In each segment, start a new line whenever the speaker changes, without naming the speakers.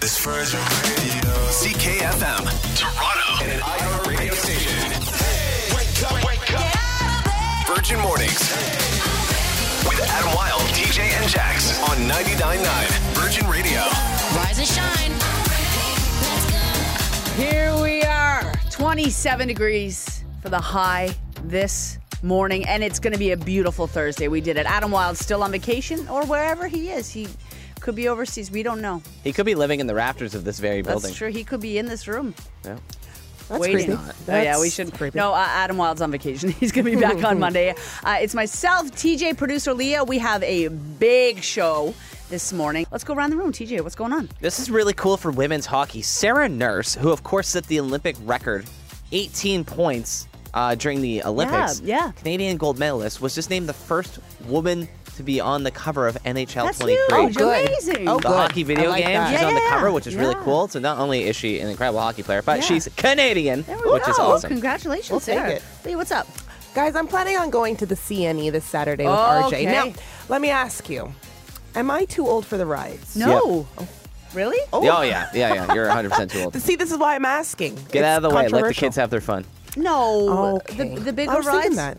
This Virgin Radio.
CKFM, Toronto, and an IR radio station. Wake up, wake up. Virgin Mornings. With Adam Wilde, DJ, and Jax on 99.9 Virgin Radio.
Rise and shine.
Here we are, 27 degrees for the high this morning, and it's going to be a beautiful Thursday. We did it. Adam Wild's still on vacation or wherever he is. He could be overseas. We don't know.
He could be living in the rafters of this very
That's
building.
true. He could be in this room.
Yeah.
waiting.
creepy.
Oh, yeah,
That's
we shouldn't.
creepy.
No, uh, Adam Wild's on vacation. He's going to be back on Monday. Uh, it's myself, TJ, producer Leah. We have a big show this morning. Let's go around the room. TJ, what's going on?
This is really cool for women's hockey. Sarah Nurse, who of course set the Olympic record, 18 points uh, during the Olympics.
yeah.
Canadian gold medalist was just named the first woman to be on the cover of NHL
That's
23.
huge.
Oh, good.
Amazing.
Oh,
The
good.
hockey video
I like
game.
that.
She's
Yeah,
on the
yeah,
cover, which is really
yeah.
cool. So not only is she an incredible hockey player, but
Yeah.
she's Canadian,
There we
which
go.
is awesome.
Congratulations,
We'll take
Sarah.
it.
Lee, what's up?
Guys, I'm planning on going to the CNE this Saturday with
Oh,
RJ.
okay.
Now, let me ask you, am I too old for the rides?
No. Really?
Oh yeah, yeah, yeah. You're 100% too old.
See, this is why I'm asking.
Get out of the way. Let the
controversial.
kids have their fun.
No.
Okay.
The, the bigger
I was
rides.
thinking that.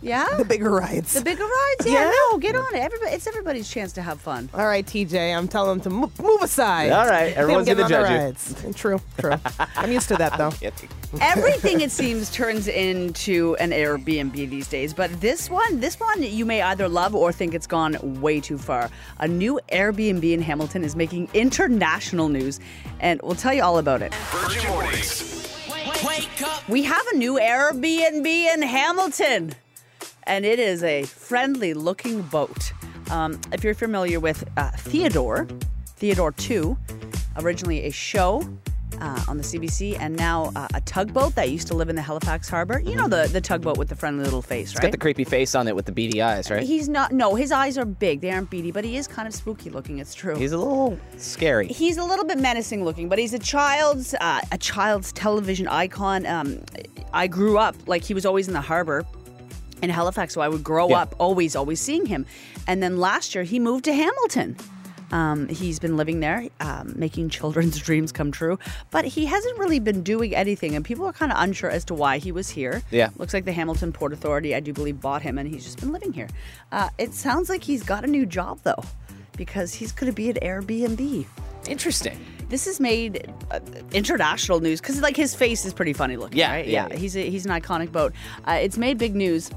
Yeah.
The bigger rides.
The bigger rides. Yeah.
Yeah.
No, get on it. Everybody, it's everybody's chance to have fun.
All right, TJ, I'm telling them to mo- move aside.
All right,
See,
everyone's
I'm
gonna
getting on
judge
the
you.
rides. you. True, true. I'm used to that though.
Everything it seems turns into an Airbnb these days, but this one, this one you may either love or think it's gone way too far. A new Airbnb in Hamilton is making international news, and we'll tell you all about it.
Virgin Mornings.
We have a new Airbnb in Hamilton, and it is a friendly looking boat. Um, if you're familiar with uh, Theodore, Theodore 2, originally a show uh, on the CBC, and now uh, a tugboat that used to live in the Halifax Harbor. You know the, the tugboat with the friendly little face, right?
Got the creepy face on it with the beady eyes, right?
He's not, no, his eyes are big. They aren't beady, but he is kind of spooky looking, it's true.
He's a little scary.
he's a little bit menacing looking, but he's a child's uh, a child's television icon. Um, I grew up like he was always in the harbor in Halifax, so I would grow
Yeah.
up always always seeing him. And then last year he moved to Hamilton. Um, he's been living there, um, making children's dreams come true, but he hasn't really been doing anything, and people are kind of unsure as to why he was here.
Yeah.
looks like the Hamilton Port Authority, I do believe, bought him, and he's just been living here. Uh, it sounds like he's got a new job though, because he's going to be at Airbnb
Interesting.
this has made uh, international news because like his face is pretty funny looking.
Yeah,
right?
yeah, yeah.
He's a, he's an iconic boat. Uh, it's made big news.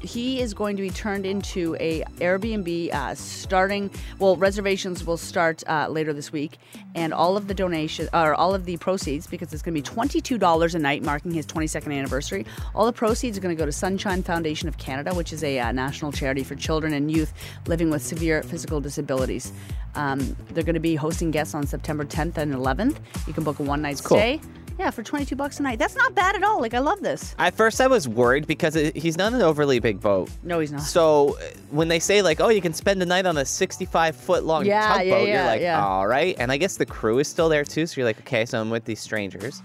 He is going to be turned into a Airbnb uh, starting. Well, reservations will start uh, later this week, and all of the donation or all of the proceeds because it's going to be twenty two dollars a night, marking his twenty second anniversary. All the proceeds are going to go to Sunshine Foundation of Canada, which is a uh, national charity for children and youth living with severe physical disabilities. Um, they're going to be hosting guests on September 10th and 11th. You can book a one night
cool.
stay. Yeah, for 22 bucks a night. That's not bad at all. Like I love this.
At first, I was worried because it, he's not an overly big boat.
No, he's not.
So uh, when they say like, "Oh, you can spend the night on a 65 foot long
Yeah,
tugboat,"
yeah, yeah,
you're like,
yeah.
"All right." And I guess the crew is still there too. So you're like, "Okay, so I'm with these strangers."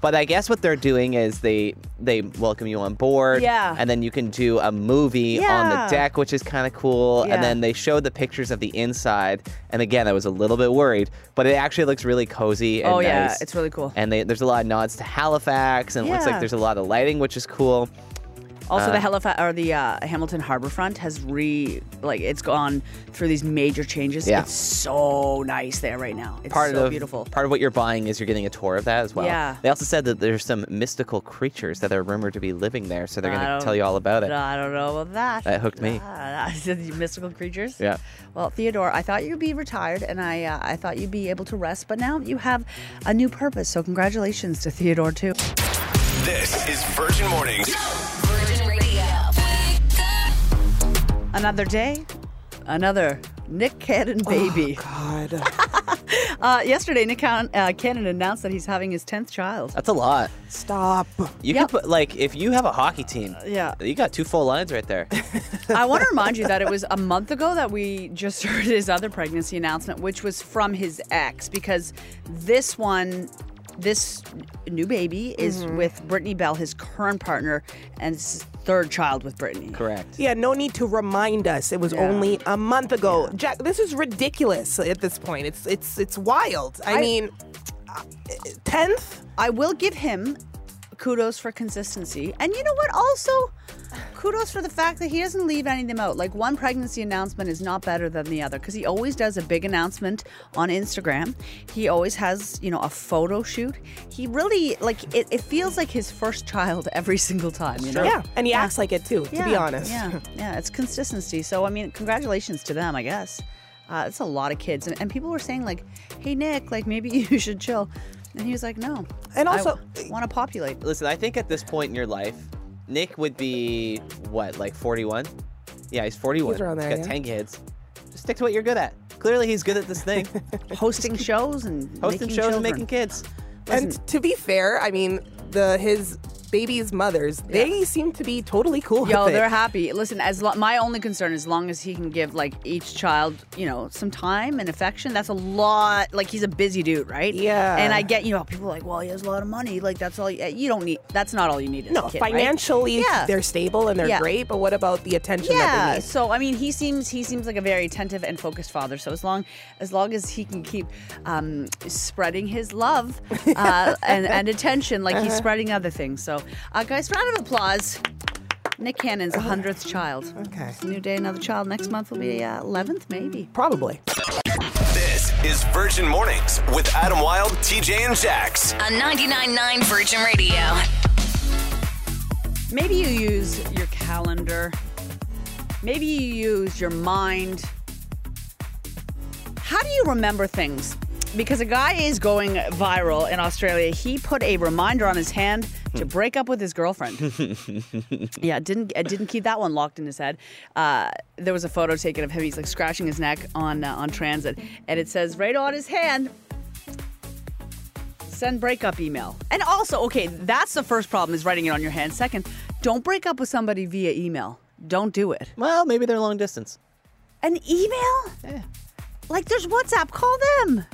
But I guess what they're doing is they they welcome you on board,
Yeah.
and then you can do a movie on
Yeah.
the deck, which is kind of cool.
Yeah.
And then they showed the pictures of the inside, and again, I was a little bit worried, but it actually looks really cozy and
Oh, yeah,
nice.
it's really cool.
And they, there's a lot of nods to Halifax, and it looks
Yeah.
like there's a lot of lighting, which is cool.
Also, the Halifax or the uh, Hamilton Harbor Front has re like it's gone through these major changes.
Yeah.
It's so nice there right now. It's
part
so
of
beautiful.
part of what you're buying is you're getting a tour of that as well.
Yeah.
They also said that there's some mystical creatures that are rumored to be living there, so they're
I
going
don't-
to tell you all about it.
No, I don't know about that.
That hooked me.
Ah, the mystical creatures.
Yeah.
Well, Theodore, I thought you'd be retired, and I uh, I thought you'd be able to rest, but now you have a new purpose. So congratulations to Theodore too.
This is Virgin Mornings.
Virgin Radio. Wake up.
Another day, another Nick Cannon
Oh,
baby.
God.
uh, yesterday, Nick Cannon, uh, Cannon announced that he's having his tenth child.
That's a lot.
Stop.
You
Yep. Uh,
could put like if you have a hockey team,
yeah.
you got two full lines right there.
I want to remind you that it was a month ago that we just heard his other pregnancy announcement, which was from his ex, because this one this new baby is with Brittany Bell, his current partner, and this is third child with Brittany.
Correct.
Yeah, no need to remind us. It was
Yeah.
only a month ago. Jack, this is ridiculous at this point. It's it's it's wild. I,
I-
mean, tenth.
I will give him kudos for consistency. And you know what? Also, kudos for the fact that he doesn't leave anything out. Like one pregnancy announcement is not better than the other because he always does a big announcement on Instagram. He always has, you know, a photo shoot. He really like it, it feels like his first child every single time, you know?
Yeah, and he acts like it too. To be honest.
Yeah, yeah, it's consistency. So I mean, congratulations to them, I guess. Uh, it's a lot of kids, and, and people were saying like, "Hey Nick, like maybe you should chill," and he was like, "No."
And also-
want to populate.
Listen, I think at this point in your life, Nick would be what, like 41? Yeah, he's 41.
He's around there,
got
yeah.
10 kids. Just stick to what you're good at. Clearly, he's good at this thing
hosting shows and
hosting
making
shows
children.
and making kids.
And to be fair, I mean, the his baby's mothers, they seem to be totally cool
Yo,
with it.
they're happy. Listen, as lo- my only concern, as long as he can give like each child, you know, some time and affection, that's a lot. Like he's a busy dude, right?
Yeah.
And I get, you know, people are like, well, he has a lot of money. Like that's all you, you don't need. That's not all you need. As
no,
a kid, right?
financially
Yeah.
they're stable and they're
Yeah.
great, but what about the attention that they
Yeah.
need?
So I mean, he seems he seems like a very attentive and focused father. So as long as long as he can keep um, spreading his love uh, and, and attention, like he's spreading other things. So uh, guys, round of applause. Nick Cannon's hundredth child.
Okay.
It's a new day, another child. Next month will be uh, eleventh, maybe.
Probably.
This is Virgin Mornings with Adam Wilde, TJ, and Jax.
On 99.9 Virgin Radio.
Maybe you use your calendar. Maybe you use your mind. How do you remember things? Because a guy is going viral in Australia. He put a reminder on his hand to break up with his girlfriend. yeah, didn't uh, didn't keep that one locked in his head. Uh, there was a photo taken of him. He's like scratching his neck on uh, on transit, and it says right on his hand, send breakup email. And also, okay, that's the first problem is writing it on your hand. Second, don't break up with somebody via email. Don't do it.
Well, maybe they're long distance.
An email? Like there's WhatsApp. Call them.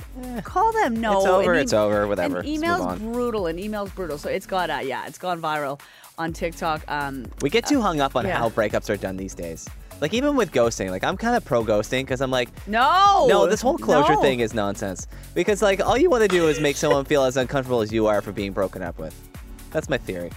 Call them. No,
It's over,
an e-
it's over, whatever.
An
Let's move
email's
on.
brutal. An email's brutal. So it's gone. Uh, yeah, it's gone viral on TikTok. Um,
We get too hung up on
yeah.
how breakups are done these days. Like, even with ghosting, like, I'm kind of pro ghosting because I'm like,
no.
No, this whole closure
Oh, No.
thing is nonsense. Because like all you want to do is make someone feel as uncomfortable as you are for being broken up with. That's my theory.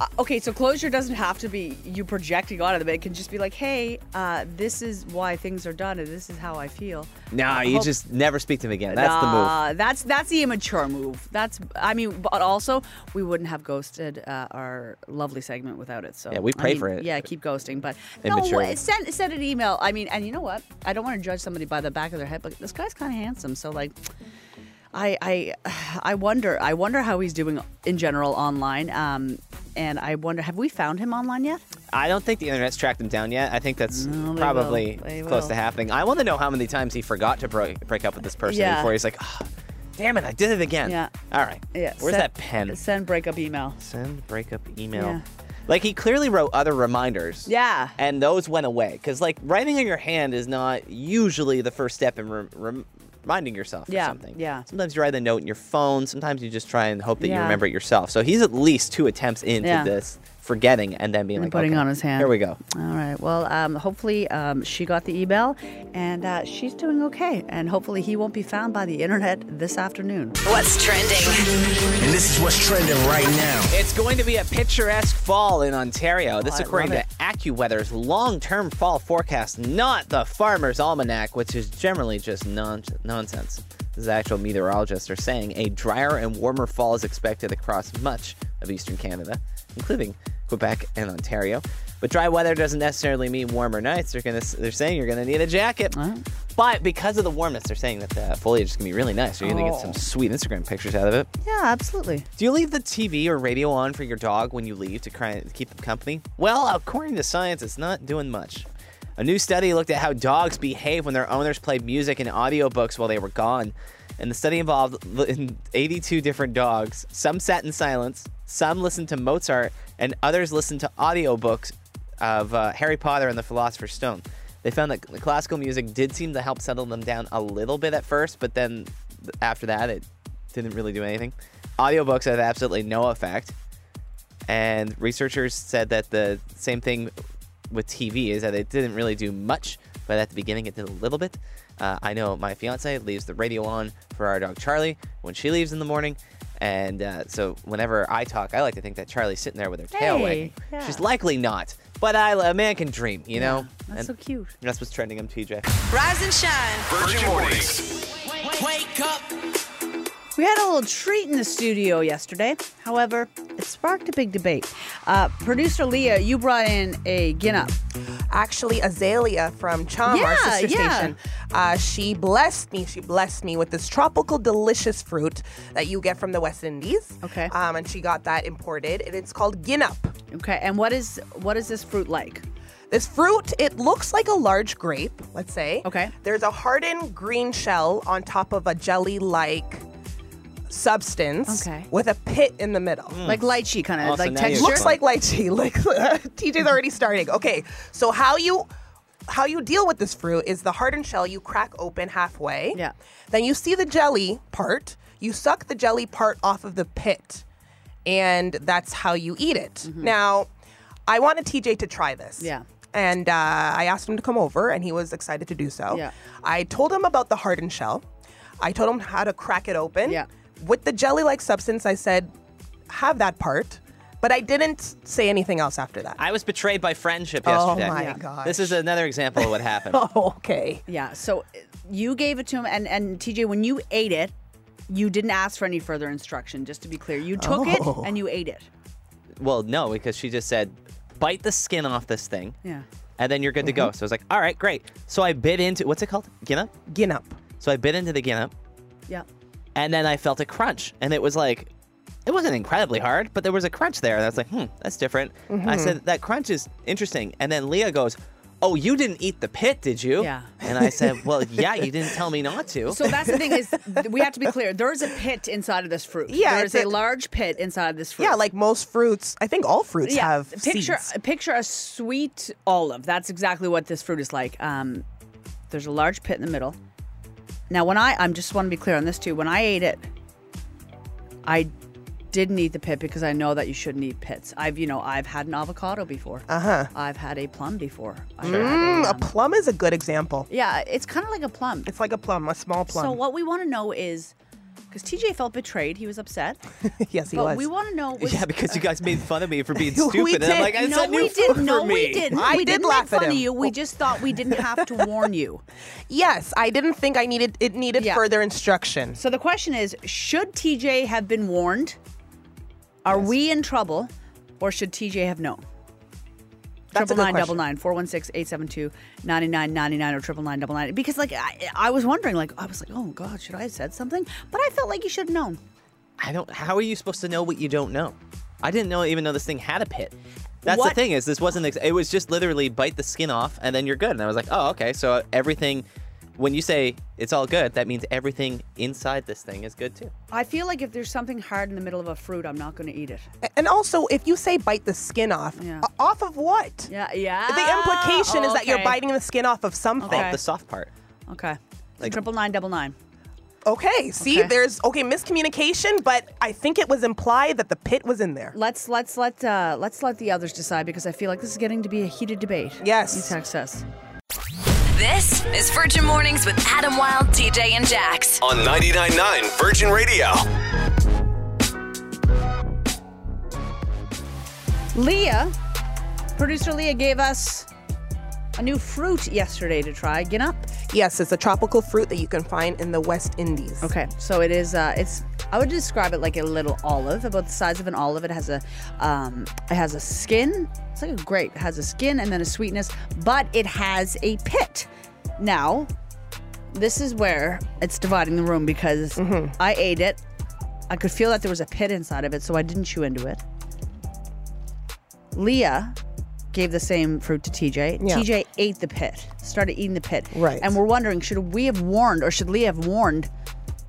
Uh, Okay, so closure doesn't have to be you projecting onto them. It can just be like, hey, uh, this is why things are done, and this is how I feel. Uh,
Nah,
I
you
hope-
just never speak to him again. That's the move.
Nah, That's that's the immature move. That's I mean, but also we wouldn't have ghosted uh, our lovely segment without it. So
Yeah, we
I
pray
mean,
for it.
Yeah, keep ghosting, but
Immature.
no, send send an email. I mean, and you know what? I don't want to judge somebody by the back of their head, but this guy's kind of handsome. So like, I I I wonder I wonder how he's doing in general online. Um, and I wonder, have we found him online yet?
I don't think the internet's tracked him down yet. I think that's
No, they
probably
will. They
close to
will.
happening. I want to know how many times he forgot to break, break up with this person
Yeah.
before he's like, oh, damn it, I did it again.
Yeah.
All right.
Yeah.
Where's
send-
that pen?
Send breakup email.
Send breakup email.
Yeah.
Like he clearly wrote other reminders.
Yeah.
and those went away because like writing on your hand is not usually the first step in rem- rem- reminding yourself
Yeah,
of something
yeah.
sometimes you write a note in your phone sometimes you just try and hope that you
Yeah.
remember it yourself so he's at least two attempts into
Yeah.
this forgetting and then being
And
like
putting
okay,
on his hand.
here we go
All right. Well, um, hopefully um, she got the email and uh, she's doing okay. And hopefully he won't be found by the internet this afternoon.
What's trending?
And this is what's trending right now.
It's going to be a picturesque fall in Ontario. This,
Oh, I
according to
love
AccuWeather's long term fall forecast, not the Farmer's Almanac, which is generally just non- nonsense. This is actual meteorologists are saying a drier and warmer fall is expected across much of eastern Canada, including Quebec and Ontario. But dry weather doesn't necessarily mean warmer nights. They're gonna they're saying you're gonna need a jacket. But because of the warmness, they're saying that the foliage is gonna be really nice. You're gonna
Oh.
get some sweet Instagram pictures out of it.
Yeah, absolutely.
Do you leave the TV or radio on for your dog when you leave to try and keep them company? Well, according to science, it's not doing much. A new study looked at how dogs behave when their owners played music and audiobooks while they were gone. And the study involved l- in 82 different dogs. Some sat in silence, some listened to Mozart, and others listened to audiobooks of uh, Harry Potter and the Philosopher's Stone. They found that cl- classical music did seem to help settle them down a little bit at first, but then th- after that, it didn't really do anything. Audiobooks have absolutely no effect. And researchers said that the same thing with TV is that it didn't really do much, but at the beginning it did a little bit. Uh, I know my fiance leaves the radio on for our dog Charlie when she leaves in the morning. And uh, so whenever I talk, I like to think that Charlie's sitting there with her tail
Hey,
wagging.
yeah.
She's likely not, but I, a man can dream, you know?
That's
And
so cute.
that's what's trending. I'm TJ.
Rise and shine.
Virgin Mornings.
Wake up.
We had a little treat in the studio yesterday. However, it sparked a big debate. Uh, Producer Leah, you brought in a Guinness.
actually Azalea from Chom, our
Yeah,
sister
yeah.
station. Uh, she blessed me. She blessed me with this tropical, delicious fruit that you get from the West Indies.
Okay.
Um, and she got that imported, and it's called Ginnup.
Okay, and what is what is this fruit like?
This fruit, it looks like a large grape, let's say.
Okay.
There's a hardened green shell on top of a jelly like substance
Okay.
with a pit in the middle.
Like lychee kind of
Also,
like
now you're
texture.
Looks like lychee. Like TJ's already starting. Okay, so how you how you deal with this fruit is the hardened shell you crack open halfway.
Yeah.
Then you see the jelly part. You suck the jelly part off of the pit, and that's how you eat it. Now, I wanted TJ to try this.
Mm-hmm. Yeah.
And uh, I asked him to come over, and he was excited to do so.
Yeah.
I told him about the hardened shell. I told him how to crack it open.
Yeah.
With the jelly-like substance, I said, "Have that part," but I didn't say anything else after that.
I was betrayed by friendship
Oh
yesterday.
my Yeah. gosh.
This is another example of what happened.
Oh,
okay.
yeah. So uh, you gave it to him, and and TJ, when you ate it, you didn't ask for any further instruction. Just to be clear, you took it and you ate it.
Well, no, because she just said, bite the skin off this thing.
Yeah. Mm-hmm.
And then you're good to go. So I was like, all right, great. So I bit into what's it called? Ginnup?
Ginnup.
So I bit into the ginnup
Yeah.
and then I felt a crunch. And it was like it wasn't incredibly hard, but there was a crunch there. And I was like, hmm, that's different. I
Mm-hmm.
said, that crunch is interesting. And then Leah goes, Oh, you didn't eat the pit, did you?
Yeah.
And I said, Well, yeah, you didn't tell me not to.
So that's the thing is, th- we have to be clear. There is a pit inside of this fruit.
Yeah,
There
it's
is a,
a-
large pit inside of this fruit.
Yeah, like most fruits, I think all fruits have
picture
seeds.
picture a sweet olive. That's exactly what this fruit is like. Um, there's a large pit in the middle. Now, when I I'm just want to be clear on this too. When I ate it, I didn't eat the pit because I know that you shouldn't eat pits. I've you know I've had an avocado before. Uh huh.
Uh-huh.
I've had a plum before. I've had a,
A
um,
plum is a good example.
yeah, it's kind of like a plum.
It's like a plum, a small plum.
So what we want to know is, because TJ felt betrayed, he was upset.
yes, he
but
was.
we want to know. Was,
yeah, because you guys made fun of me for being
We
stupid. and I'm
did.
like, it's
no,
a new
we
fruit for
didn't. No,
me.
we didn't.
I
we
did
didn't make
laugh at
fun of
him.
you. We just thought we didn't have to warn you.
yes, I didn't think I needed it needed
Yeah.
further instruction.
So the question is, should TJ have been warned? Are we in trouble, or should TJ have known?
That's a
Triple
good
nine double
question.
nine four one six eight seven two ninety nine ninety nine or triple nine double nine because like I, I was wondering like I was like oh god should I have said something but I felt like you should have known
I don't. How are you supposed to know what you don't know? I didn't know even know this thing had a pit. That's the
What-
thing is this wasn't. Ex- it was just literally bite the skin off and then you're good. And I was like, oh okay. So everything, when you say it's all good, that means everything inside this thing is good too.
I feel like if there's something hard in the middle of a fruit I'm not going to eat it
And also, if you say bite the skin off,
Yeah.
o- off of what?
yeah yeah
The implication is that you're
Okay.
biting the skin off of something.
Okay.
The soft part.
okay triple nine double nine
Okay, see,
Okay.
there's okay miscommunication, but I think it was implied that the pit was in there.
let's let's let uh, let's let the others decide because I feel like this is getting to be a heated debate
Yes.
you text us.
This is Virgin Mornings with Adam Wilde, TJ, and Jax.
On 99.9 Virgin Radio.
Leah, producer Leah gave us a new fruit yesterday to try. Get up.
Yes, it's a tropical fruit that you can find in the West Indies.
Okay, so it is. Uh, it's. I would describe it like a little olive, about the size of an olive. It has a, um, it has a skin. It's like a grape. It has a skin and then a sweetness, but it has a pit. Now, this is where it's dividing the room because I ate it. I could feel that there was a pit inside of it, so I didn't chew into it. Leah gave the same fruit to TJ.
Yeah.
TJ ate the pit, started eating the pit.
Right.
And we're wondering should we have warned or should Leah have warned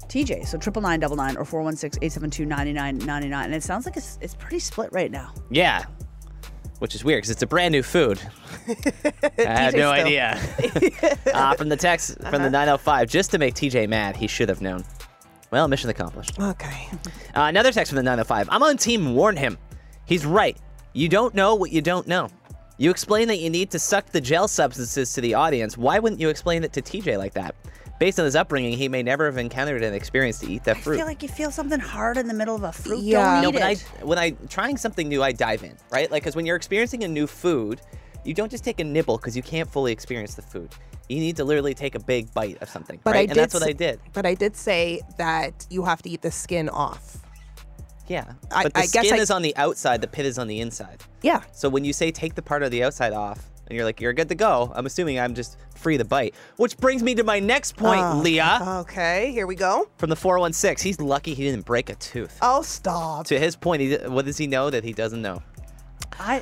TJ? So triple nine double nine or 416-872-9999. And it sounds like it's it's pretty split right now.
Yeah. Which is weird because it's a brand new food. I had no
still.
Uh-huh.
oh idea. uh, from the text from the 905, just to make TJ mad, he should have known. Well, mission accomplished.
Okay.
Uh, another text from the 905. I'm on team warn him. He's right. You don't know what you don't know. You explain that you need to suck the gel substances to the audience. Why wouldn't you explain it to TJ like that? Based on his upbringing, he may never have encountered an experience to eat that
I
fruit.
feel like you feel something hard in the middle of a fruit.
Yeah.
Don't
no,
eat
but I
it.
when I trying something new, I dive in, right? Like because when you're experiencing a new food, you don't just take a nibble because you can't fully experience the food. You need to literally take a big bite of something,
But
right?
I
and
did.
that's what
s-
I did.
But I did say that you have to eat the skin off.
Yeah,
I-
but the
I guess
skin
I-
is on the outside, the pit is on the inside.
Yeah.
So when you say take the part of the outside off, and you're like you're good to go, I'm assuming I'm just free to bite. Which brings me to my next point, Leah,
Okay. Here we go.
from the 416. He's lucky he didn't break a tooth.
Oh, stop.
To his point, he, what does he know that he doesn't know?
I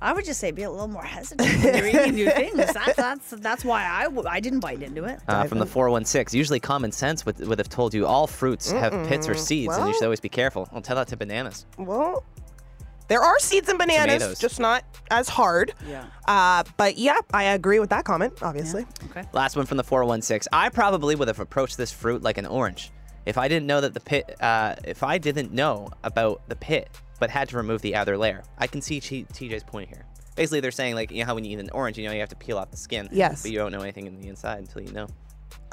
I would just say be a little more hesitant when you're eating new things. That, that's that's why I w- I didn't bite into it.
Uh, from the 416. Usually, common sense would, would have told you all fruits have pits or seeds, and you should
Well-
always be careful. I'll tell that to bananas.
Well, there are seeds in bananas,
Tomatoes.
just not as hard.
Yeah.
Uh, but yeah, I agree with that comment, obviously.
Last one from the 416. I probably would have approached this fruit like an orange if I didn't know that the pit, uh, if I didn't know about the pit, but had to remove the outer layer. I can see T- TJ's point here. Basically, they're saying like you know how when you eat an orange, you know you have to peel off the skin.
Yes.
But you don't know anything in the inside until you know.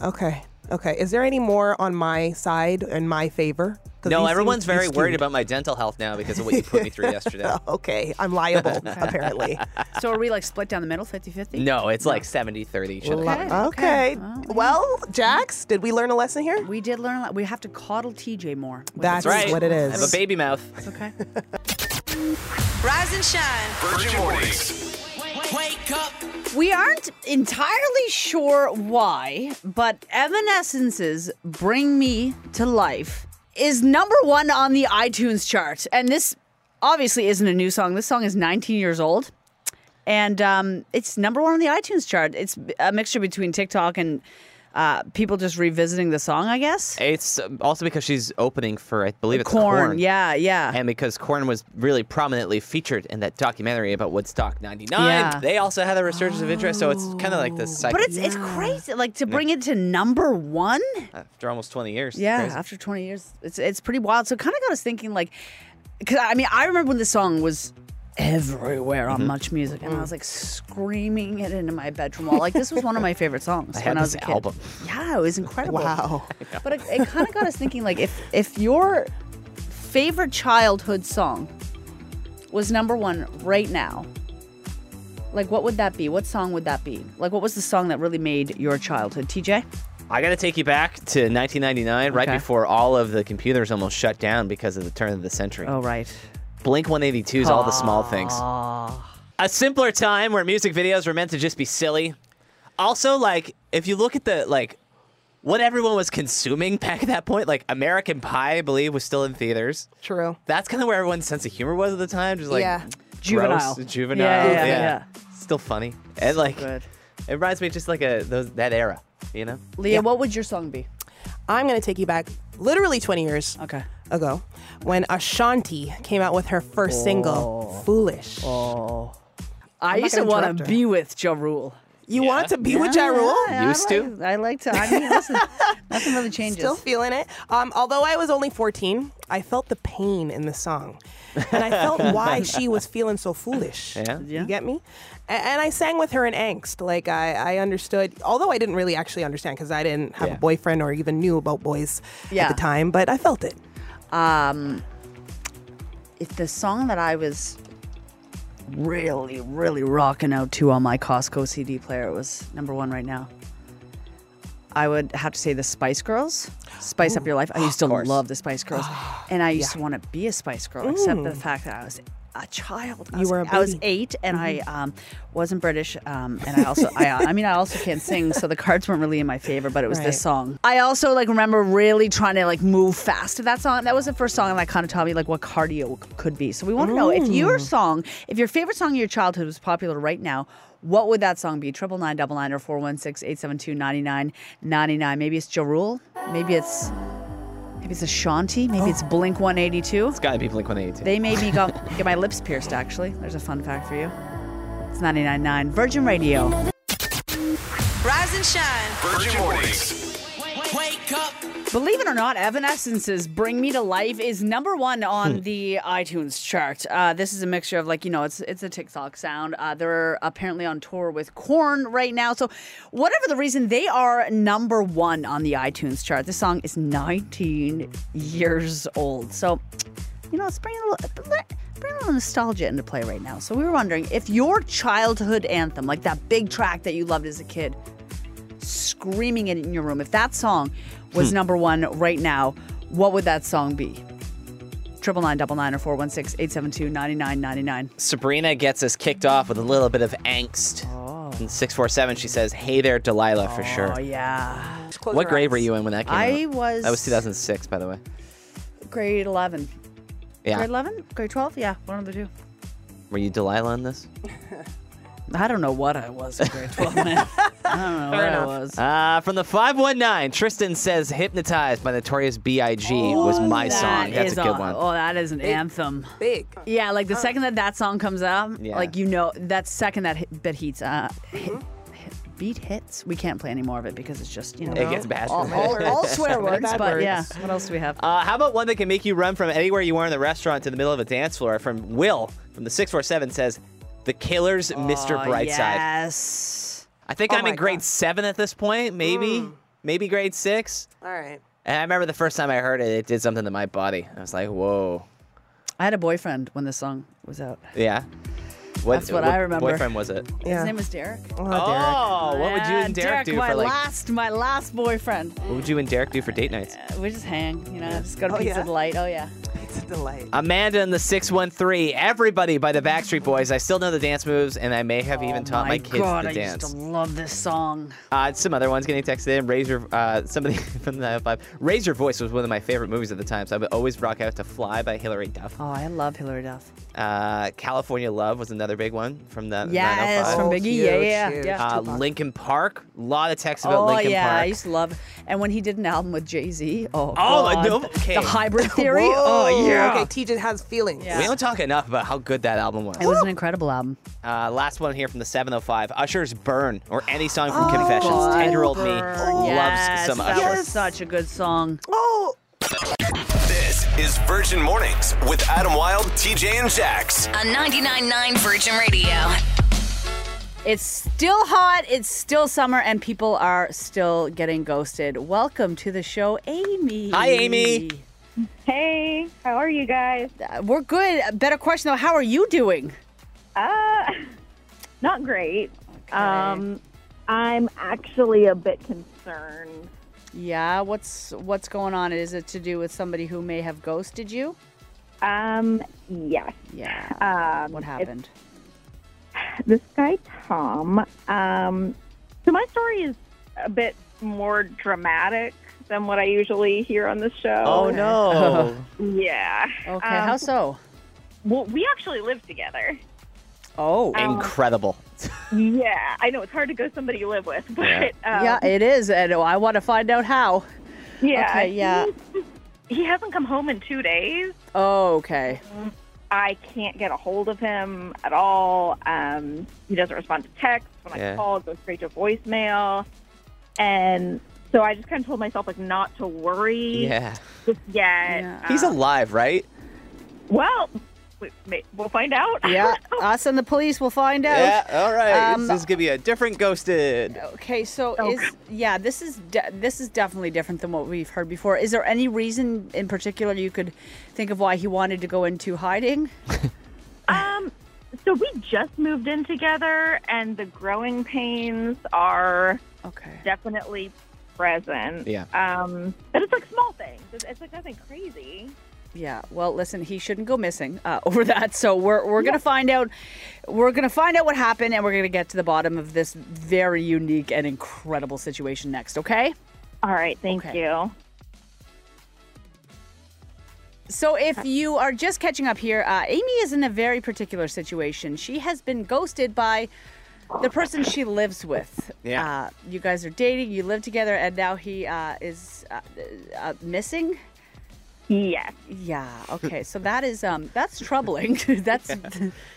Okay. Okay. Is there any more on my side in my favor? 'Cause these
No,
seem
everyone's
to be
very worried
skewed.
about my dental health now because of what you put me through yesterday.
Okay, I'm liable apparently.
So are we like split down the middle, 50-50?
No, it's like 70-30 each other.
Okay.
okay.
Well, Jax, did we learn a lesson here?
We did learn a lot. We have to coddle TJ more. with
That's
this.
Right.
what it
I have a
is.
baby mouth.
Okay.
Rise and shine.
Virgin Mornings.
We aren't
Entirely sure why, but Evanescence's Bring Me to Life is number one on the iTunes chart. And this obviously isn't a new song. This song is 19 years old. And um, it's number one on the iTunes chart. It's a mixture between TikTok and uh, people just revisiting the song, I guess.
It's um, also because she's opening for, I believe it's
corn.
corn.
Yeah, yeah.
And because Corn was really prominently featured in that documentary about Woodstock 99,
Yeah.
they also had a resurgence of interest. So it's kind of like this cycle
but it's it's crazy, like to bring it to number one.
after almost 20 years.
Yeah,
Crazy.
after 20 years, it's it's pretty wild. So it kind of got us thinking, like, because I mean, I remember when this song was everywhere
Mm-hmm.
on Much Music, and I was like screaming it into my bedroom wall. Like this was one of my favorite songs
had
when I was
this
a kid.
album.
Yeah, it was incredible.
Wow.
But it, it kind of got us thinking, like, if if your favorite childhood song was number one right now. Like, what would that be? What song would that be? Like, what was the song that really made your childhood? TJ?
I got to take you back to 1999, right
Okay.
before all of the computers almost shut down because of the turn of the century.
Oh, right.
Blink 182's All the Small Things. A simpler time where music videos were meant to just be silly. Also, like, if you look at the, like, what everyone was consuming back at that point, like, American Pie, I believe, was still in theaters.
True.
That's kind of where everyone's sense of humor was at the time. Just like,
Yeah.
Juvenile.
gross, juvenile.
Yeah,
Yeah,
yeah, yeah.
Still funny. And, like,
good.
it reminds me just like a those, that era, you know?
Leah, what would your song be?
I'm gonna take you back literally 20 years
Okay.
ago when Ashanti came out with her first
Oh.
single, "Foolish."
I
not
used to
gonna
want to
interrupt her.
be with Ja Rule.
You wanted to be with Ja Rule?
Used to?
Uh, I like to. I mean, listen, nothing really changes.
Still feeling it. Um, although I was only 14, I felt the pain in the song. And I felt why she was feeling so foolish.
Yeah.
Yeah.
You get me? A- And I sang with her in angst. Like, I, I understood, although I didn't really actually understand because I didn't have
Yeah.
a boyfriend or even knew about boys
Yeah.
at the time, but I felt it.
if the song that I was really, really rocking out to on my Costco CD player was number one right now. I would have to say the Spice Girls, Spice Up Your Life. I used to love the Spice Girls, and I used to want to be a Spice Girl, except the fact that I was a child. I
You
was,
were a
I was
baby.
eight, and I um, wasn't British, um, and I also, I, I mean, I also can't sing, so the cards weren't really in my favor. But it was this
Right.
song. I also like remember really trying to like move fast to that song. That was the first song that kind of taught me like what cardio could be. So we want to know if your song, if your favorite song of your childhood was popular right now, what would that song be? Triple nine double nine or 416-872-9999. Maybe it's Ja Rule. Maybe it's maybe it's Ashanti. Maybe it's Blink One Eighty Two.
It's gotta be Blink 182.
They made me go, get my lips pierced. Actually, there's a fun fact for you. It's 99.9 Virgin Radio.
rise and shine.
Virgin Mornings.
Believe it or not, Evanescence's "Bring Me to Life" is number one on the iTunes chart. Uh, this is a mixture of like you know, it's it's a TikTok sound. Uh, they're apparently on tour with Korn right now, so whatever the reason, they are number one on the iTunes chart. This song is 19 years old, so you know, it's bringing a little, bringing a little nostalgia into play right now. So we were wondering if your childhood anthem, like that big track that you loved as a kid, screaming it in your room. If that song was
Hmm.
number one right now, what would that song be? Triple nine double nine or four one six eight seven two ninety nine ninety nine.
Sabrina gets us kicked off with a little bit of angst. And 647, she says, Hey there, Delilah, for sure.
Oh yeah,
Just close
What
your
grade
eyes.
were you in when that came out?
I was-
That was 2006, by the way.
grade eleven,
Yeah.
grade eleven, grade twelve. Yeah, one of the two.
Were you Delilah on this?
I don't know what I was in grade twelve. man. I don't know what I was.
Uh, from the 519, Tristan says, Hypnotized by Notorious B.I.G. was my song. That's a
Oh, is
good one.
Oh, that is an anthem.
Big.
Yeah, like the second that that song comes up,
Yeah. Mm-hmm.
like you know, that second that hit, bit hits, uh, hit, hit- beat hits. We can't play any more of it because it's just you know
It gets bad.
all, all, all swear words.
bad
But
words.
yeah, what else do we have?
Uh, how about one that can make you run from anywhere you are in the restaurant to the middle of a dance floor? From Will from the 647 says, The Killer's Mr. Brightside.
Yes.
I think I'm in
my
grade
God.
seven at this point, maybe,
Hmm.
maybe grade six.
All right.
And I remember the first time I heard it, it did something to my body. I was like, whoa.
I had a boyfriend when this song was out.
Yeah. What,
That's what I remember.
boyfriend was it?
Yeah.
His name was Derek.
Oh,
Oh, what would you
Yeah,
and Derek, do
my
for like?
last, my last boyfriend.
What would you and Derek do for date nights?
Uh, We just hang, you know, just go to
Oh,
Pizza
yeah?
Delight. Oh yeah.
Derek. It's a delight.
Uh,
Amanda in the 613, Everybody by the Backstreet Boys. I still know the dance moves, and I may have even taught my, kids
Oh God,
the
I
dance.
used to love this song.
Uh, some other ones getting texted in. Raise your uh, somebody from the 905. Raise Your Voice was one of my favorite movies at the time, so I would always rock out to Fly by Hilary Duff.
Oh, I love Hillary Duff.
Uh, California Love was another big one from the
Yes, from
905.
Biggie.
huge,
yeah, yeah,
huge.
yeah.
Uh, Lincoln Park. A lot of texts about
oh
Lincoln
yeah,
Park.
I used to love. And when he did an album with Jay Z, oh,
Oh, I
God.
know, okay.
the hybrid theory.
Whoa,
oh yeah,
Okay, TJ has feelings.
Yeah.
we don't talk enough about how good that album was.
it was an incredible album.
Uh, last one here from the 705. Usher's Burn, or any song from Confessions. 10 year old me loves
Oh, yes,
some
that
Usher.
was such a good song.
Oh,
This is Virgin Mornings with Adam Wilde, TJ, and Jax.
On 99.9 Virgin Radio.
It's still hot. It's still summer, and people are still getting ghosted. Welcome to the show, Amy.
Hi, Amy.
Hey, how are you guys?
Uh, We're good. Better question though. How are you doing?
Uh, not great. Um, I'm actually a bit concerned.
Yeah. What's what's going on? Is it to do with somebody who may have ghosted you?
Um, yes,
Yeah.
Um,
what
it's-
happened?
this guy Tom. Um, so my story is a bit more dramatic than what I usually hear on the show.
Oh, no.
yeah.
Okay.
Um,
how so?
Well, we actually live together.
Oh.
um,
Incredible.
Yeah, I know it's hard to go somebody you live with, but
Yeah.
um,
Yeah, it is, and I want to find out how.
yeah,
Okay, yeah.
He hasn't come home in two days.
Oh, okay.
I can't get a hold of him at all. Um, he doesn't respond to texts. When
Yeah.
I call, it goes straight to voicemail. And so I just kind of told myself like not to worry
Yeah.
just yet.
Yeah.
He's
Uh,
alive, right?
well. we- may- We'll find out.
Yeah, us and the police will find out.
Yeah, all right.
Um,
this is going to be a different ghosted.
Okay, so
Oh,
is yeah, this is de- this is definitely different than what we've heard before. Is there any reason in particular you could think of why he wanted to go into hiding?
Um, so we just moved in together, and the growing pains are
Okay.
definitely present.
Yeah.
Um, but it's like small things. It's, it's like nothing crazy.
Yeah. Well, listen, he shouldn't go missing uh, over that. So we're we're gonna find out. We're gonna find out what happened, and we're gonna get to the bottom of this very unique and incredible situation next. Okay.
All right. Thank
Okay.
you.
So, if you are just catching up here, uh, Amy is in a very particular situation. She has been ghosted by the person she lives with.
Yeah.
Uh, you guys are dating, you live together, and now he uh, is uh, uh, missing.
Yes.
Yeah. Okay. So that is um that's troubling. that's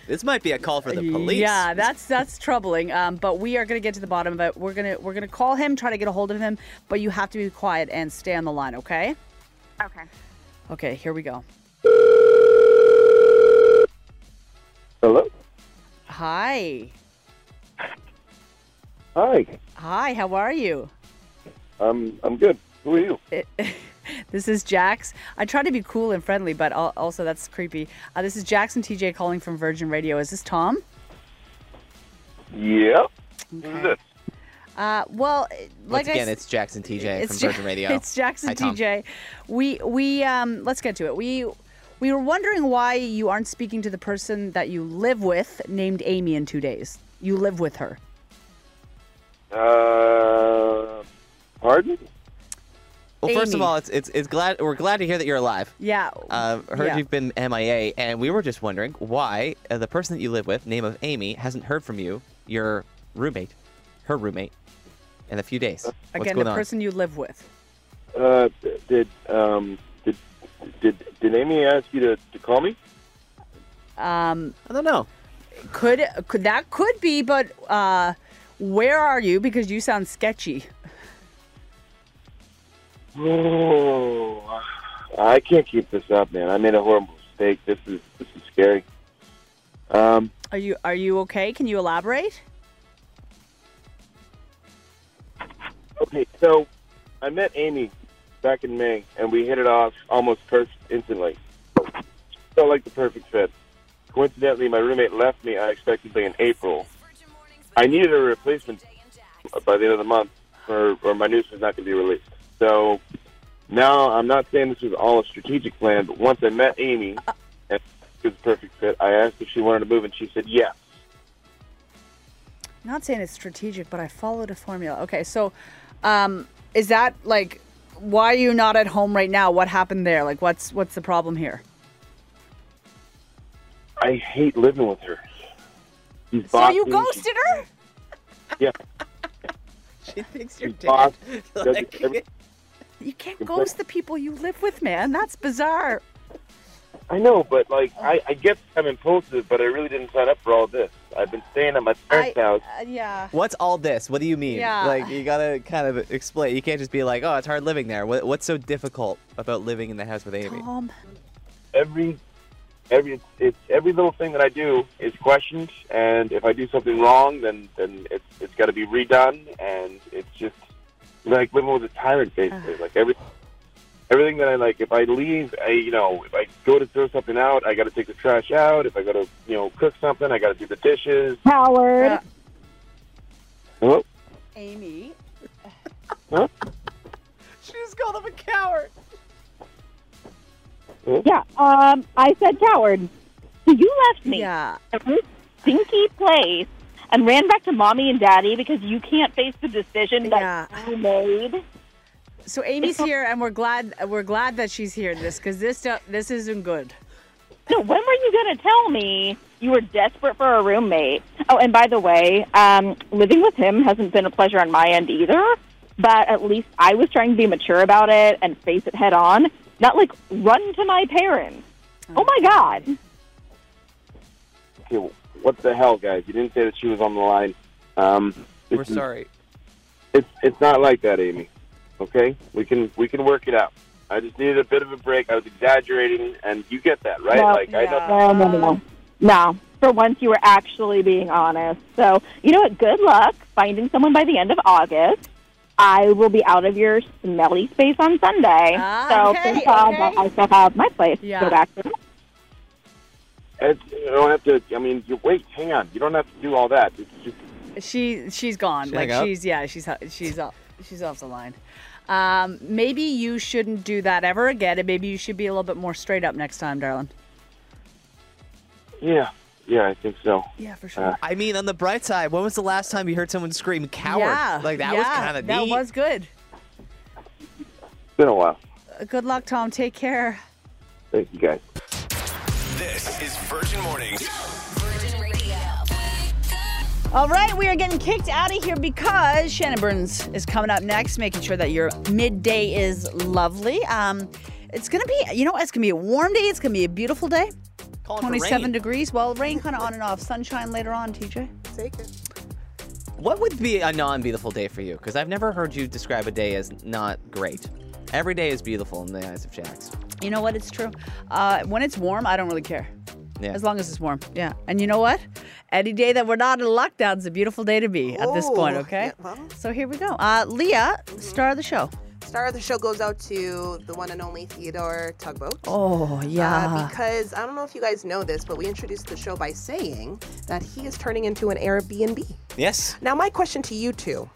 This might be a call for the police.
Yeah, that's that's troubling. Um, but we are going to get to the bottom of it. We're gonna we're gonna call him, try to get a hold of him. But you have to be quiet and stay on the line, okay?
Okay.
Okay. Here we go.
Hello.
Hi.
Hi.
Hi. How are you?
I'm I'm good. Who are you?
This is Jax. I try to be cool and friendly, but al- also that's creepy. Uh, this is Jax and TJ calling from Virgin Radio. Is this Tom?
Yeah. Who's this?
Uh, well, like
Once again,
I s-
it's Jackson TJ
it's
from
Ja-
Virgin Radio.
It's Jackson
Hi, Tom.
TJ. We we um let's get to it. We we were wondering why you aren't speaking to the person that you live with named Amy in 2 days. You live with her.
Uh, pardon?
Well, first of
Amy.
all, it's, it's it's glad we're glad to hear that you're alive.
Yeah.
Uh, heard
Yeah.
you've been MIA, and we were just wondering why uh, the person that you live with, name of Amy, hasn't heard from you, your roommate, her roommate, in a few days. What's
Again,
going
the
on?
person you live with.
Uh, did um did did did Amy ask you to, to call me?
I don't know.
Could could that could be but uh where are you because you sound sketchy.
Oh, I can't keep this up, man. I made a horrible mistake. This is this is scary. Um,
Are you are you okay? Can you elaborate?
okay, so I met Amy back in May, and we hit it off almost per- instantly. Felt like the perfect fit. Coincidentally, my roommate left me unexpectedly in April. I needed a replacement by the end of the month, or, or my news was not going to be released. So now I'm not saying this was all a strategic plan, but once I met Amy, and she was a perfect fit, I asked if she wanted to move, and she said yes.
not saying it's strategic, but I followed a formula. Okay, so um, is that like why are you not at home right now? What happened there? Like, what's what's the problem here?
I hate living with her. She's
So you
bossy,
ghosted her?
she- Yeah,
She thinks
she's bossy. does
Like-
every-
You can't ghost the people you live with, man. That's bizarre.
I know, but like I, I guess I'm impulsive, but I really didn't sign up for all this. I've been staying at my parents' house.
uh, yeah.
What's all this? What do you mean?
Yeah.
Like you gotta kind of explain. You can't just be like, "Oh, it's hard living there." What, what's so difficult about living in the house with Amy?
Tom,
Every every it's, it's every little thing that I do is questioned, and if I do something wrong, then then it's it's got to be redone, and it's just like living with a tyrant basically. Like every everything that I like, if I leave, I you know if I go to throw something out, I got to take the trash out. If I go to you know cook something, I got to do the dishes.
Howard.
Yeah.
Uh, Hello?
Amy.
Huh?
She's called him a coward.
Yeah, um, I said coward. So you left me
Yeah.
in this stinky place and ran back to mommy and daddy because you can't face the decision that
Yeah.
you made.
So Amy's here, and we're glad we're glad that she's here. This because this do- this isn't good.
No, when were you going to tell me you were desperate for a roommate? Oh, and by the way, um, living with him hasn't been a pleasure on my end either, but at least I was trying to be mature about it and face it head on, not like run to my parents. Oh my God.
Okay, what the hell, guys? You didn't say that she was on the line. Um,
We're
it's-
sorry.
It's it's not like that, Amy. Okay, we can we can work it out. I just needed a bit of a break. I was exaggerating, and you get that, right?
No.
like I know.
No, no, no, no. No. For once, you were actually being honest. So, you know what? Good luck finding someone by the end of August. I will be out of your smelly space on Sunday.
Ah,
so,
okay,
thank God
okay.
that I still have my place
Yeah.
to go back to.
It's, you don't have to. I mean, you wait. Hang on. You don't have to do all that. It's just
She she's gone.
She
like
hung up?
she's yeah, she's she's off she's off the line. Um, maybe you shouldn't do that ever again, and maybe you should be a little bit more straight up next time, darling.
yeah, yeah. I think so.
Yeah, for sure.
Uh,
I mean, on the bright side, when was the last time you heard someone scream "coward"?
Yeah,
like that was
yeah,
kind of
That
neat.
was good.
It's been a while.
Uh, Good luck, Tom. Take care.
Thank you, guys.
This is Virgin Mornings.
Virgin Radio.
All right, we are getting kicked out of here because Shannon Burns is coming up next, making sure that your midday is lovely. Um, It's gonna be, you know, what? it's gonna be a warm day. It's gonna be a beautiful day.
Calling for
27
rain.
degrees. Well, rain kind of on and off. Sunshine later on, TJ.
Take it.
What would be a non-beautiful day for you? Because I've never heard you describe a day as not great. Every day is beautiful in the eyes of Jax.
You know what? It's true. Uh, when it's warm, I don't really care.
Yeah.
As long as it's warm. Yeah. And you know what? Any day that we're not in lockdown is a beautiful day to be at this point,
Ooh.
okay?
Oh, Yeah, well.
So here we go. Uh, Leah, star of the show.
Star of the show goes out to the one and only Theodore Tugboat.
Oh,
Uh, because I don't know if you guys know this, but we introduced the show by saying that he is turning into an Airbnb.
Yes.
Now, my question to you two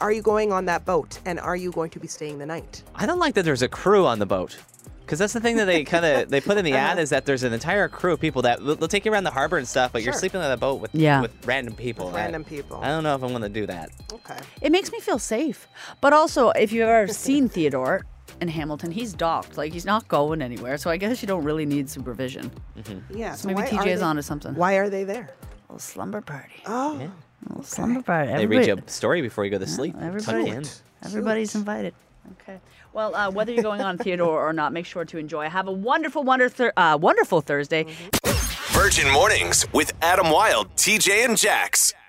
are you going on that boat and are you going to be staying the night?
I don't like that there's a crew on the boat. Because that's the thing that they kind of they put in the ad
Uh-huh.
is that there's an entire crew of people that they'll they'll take you around the harbor and stuff, but you're
Sure.
sleeping on the boat with
Yeah.
with random people. I-
Random people.
I don't know if I'm going to do that.
Okay.
It makes me feel safe. But also, if you've ever seen Theodore in Hamilton, he's docked. Like, he's not going anywhere. So I guess you don't really need supervision.
Yeah.
So maybe
why
TJ
are
is
they-
onto something.
Why are they there?
little slumber party.
Oh,
little slumber party.
They read you a story before you go to sleep.
everybody-
Tuck in.
Everybody's invited. Okay. Well, uh, whether you're going on Theodore or not, make sure to enjoy. Have a wonderful, wonder thur- uh, wonderful Thursday.
Virgin Mornings with Adam Wilde, TJ, and Jax.